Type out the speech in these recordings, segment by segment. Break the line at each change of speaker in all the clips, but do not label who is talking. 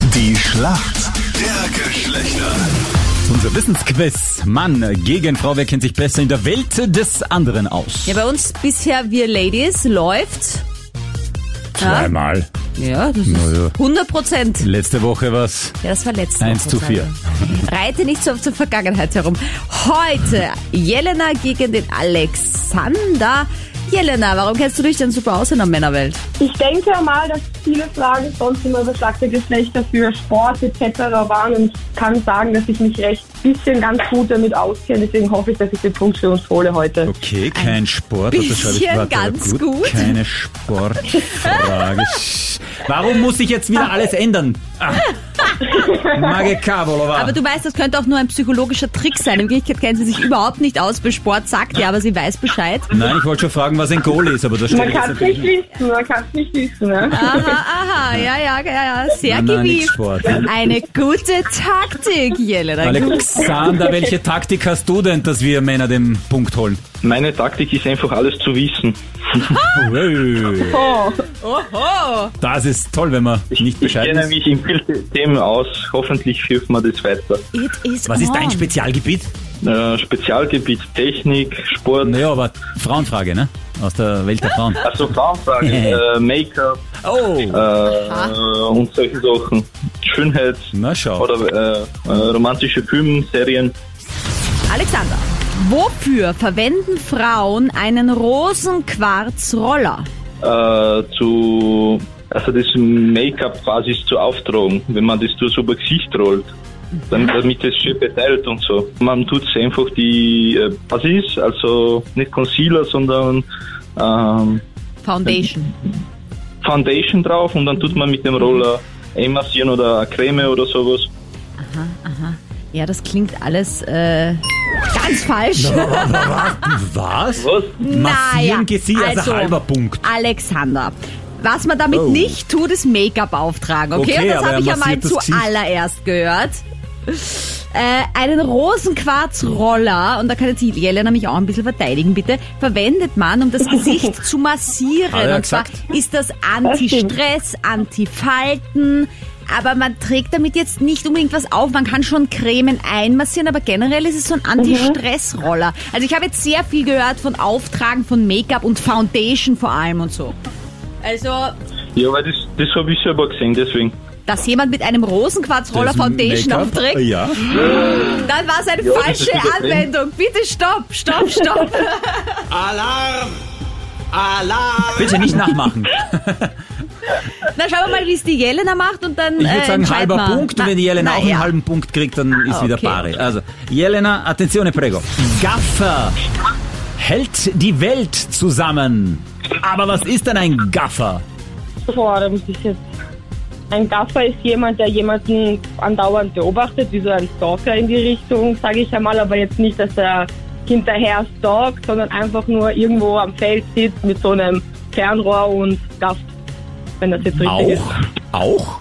Die Schlacht der Geschlechter.
Unser Wissensquiz. Mann gegen Frau, wer kennt sich besser in der Welt des anderen aus?
Ja, bei uns bisher wir Ladies läuft.
Zweimal.
Ja, das
ja.
ist 100 Prozent.
Letzte Woche war's.
Ja, das war letzte
Eins
Woche,
zu vier.
Sandra. Reite nicht so auf der Vergangenheit herum. Heute Jelena gegen den Alexander. Jelena, warum kennst du dich denn super aus in der Männerwelt?
Ah.
Ich denke mal, dass viele Fragen sonst immer über starke Geschlechter für Sport etc. waren und ich kann sagen, dass ich mich recht bisschen ganz gut damit auskenne. Deswegen hoffe ich, dass ich den Punkt für uns hole heute.
Okay, kein Sport. also das schreibe ich
bisschen
warte,
ganz gut.
Keine Sportfrage. Warum muss ich jetzt wieder alles ändern? Ah. Mage Kabolova.
Aber du weißt, das könnte auch nur ein psychologischer Trick sein. In Wirklichkeit kennt sie sich überhaupt nicht aus. Bei Sport sagt ihr, aber sie weiß Bescheid.
Nein, ich wollte schon fragen, was ein Goal ist, aber das steht
Man
jetzt
kann es nicht wissen, man kann es nicht wissen. Ne?
Aha, aha, ja, ja, ja, ja. sehr
Nein, nein, nicht
gewieft.
Sport.
Eine gute Taktik, Jelena.
Alexander, welche Taktik hast du denn, dass wir Männer den Punkt holen?
Meine Taktik ist einfach alles zu wissen.
Ui,
Oh,
Oho.
Das ist toll, wenn man nicht
Ich
Bescheid
kenne
ist.
mich in vielen Themen aus. Hoffentlich hilft mir das weiter.
It is
Was ist
on.
dein Spezialgebiet?
Äh, Spezialgebiet Technik, Sport.
Naja, aber Frauenfrage, ne? Aus der Welt der Frauen.
Also Frauenfragen, äh, Make-up äh,
Oh,
Aha.
und solche Sachen. Schönheit
na schau.
oder äh, äh, romantische Filme, Serien.
Alexander, wofür verwenden Frauen einen Rosenquarzroller?
Äh, zu, also das Make-up quasi ist zu auftragen, wenn man das durch über Gesicht rollt. Dann, damit es schön verteilt und so. Man tut einfach die äh, Basis, also nicht Concealer, sondern ähm,
Foundation.
Foundation drauf und dann tut man mit dem Roller einmassieren oder eine Creme oder sowas.
Ja, das klingt alles äh, ganz falsch.
Was?
Was?
Massieren Gesicht, also,
also-
halber Punkt.
Alexander. Was man damit
Oh.
nicht tut, ist Make-up auftragen, okay?
Okay,
Und das
aber er
habe ich ja mal
massiert das Gesicht.
zuallererst gehört. Äh, einen Rosenquarzroller, und da kann jetzt Jelena mich auch ein bisschen verteidigen, bitte, verwendet man, um das Gesicht zu massieren.
Hat er ja
und zwar
gesagt.
ist das Anti-Stress, Anti-Falten, aber man trägt damit jetzt nicht unbedingt was auf. Man kann schon Cremen einmassieren, aber generell ist es so ein Anti-Stress-Roller. Also ich habe jetzt sehr viel gehört von Auftragen von Make-up und Foundation vor allem und so. Also,
Ja, weil das, das habe ich selber gesehen, deswegen.
dass jemand mit einem Rosenquarzroller
Das
Foundation
Make-up?
aufträgt,
Ja.
dann war es eine
Ja, das ist
falsche
wieder drin.
Anwendung. Bitte stopp, stopp, stopp.
Bitte nicht nachmachen.
Na, schauen wir mal, wie es die Jelena macht und dann.
Ich würde
äh,
sagen,
entscheiden
halber
wir.
Punkt. Und
Na-
wenn die Jelena
na
auch einen
ja.
halben Punkt kriegt, dann ist
Ah,
wieder
okay.
Pari. Also, Jelena, attenzione prego. Gaffer hält die Welt zusammen. Aber was ist denn ein Gaffer?
boah, da muss ich jetzt. Ein Gaffer ist jemand, der jemanden andauernd beobachtet, wie so ein Stalker in die Richtung, sage ich einmal, aber jetzt nicht, dass er hinterher stalkt, sondern einfach nur irgendwo am Feld sitzt mit so einem Fernrohr und gafft, wenn das jetzt richtig ist.
Auch? Auch?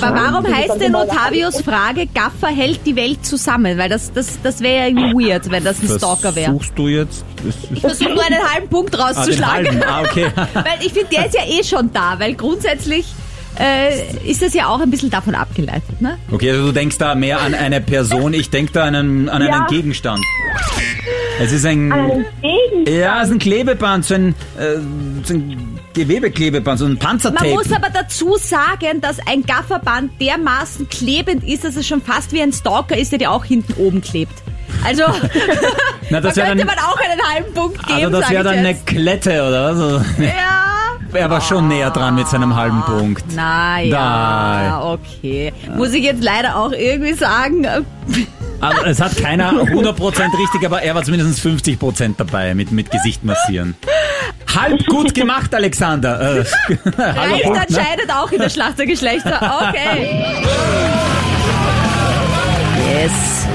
Aber warum heißt denn Otavios Frage, Gaffer hält die Welt zusammen? Weil das, das, das wäre ja irgendwie weird, wenn das ein Stalker wäre.
Suchst du jetzt? Das ist-
Ich versuche nur einen halben Punkt
Ah, den
rauszuschlagen.
halben. Ah, okay.
weil ich finde, der ist ja eh schon da, weil grundsätzlich äh, ist das ja auch ein bisschen davon abgeleitet. Ne?
Okay, also du denkst da mehr an eine Person, ich denk da an einen, an einen
Ja.
Gegenstand. Es ist ein.
Gegen
Ja, es ist ein Klebeband, so ein, äh, so ein Gewebeklebeband, so ein
Man
Panzertape.
muss halt- aber dazu sagen, dass ein Gafferband dermaßen klebend ist, dass es schon fast wie ein Stalker ist, der dir auch hinten oben klebt. Also,
Na,
da
das wäre
könnte
dann,
man auch einen halben Punkt geben,
also das
sag
wäre
ich
dann eine
jetzt.
Klette, oder was?
Ja.
Er war schon näher dran mit seinem halben
Ah.
Punkt.
Naja, okay. Muss ich jetzt leider auch irgendwie sagen.
Also, es hat keiner 100% richtig, aber er war zumindest 50% dabei mit, mit Gesicht massieren. Halb gut gemacht, Alexander. Äh, halber
Reicht
Punkt, ne?
anscheinend auch in der Schlacht der Geschlechter. Okay. Yes.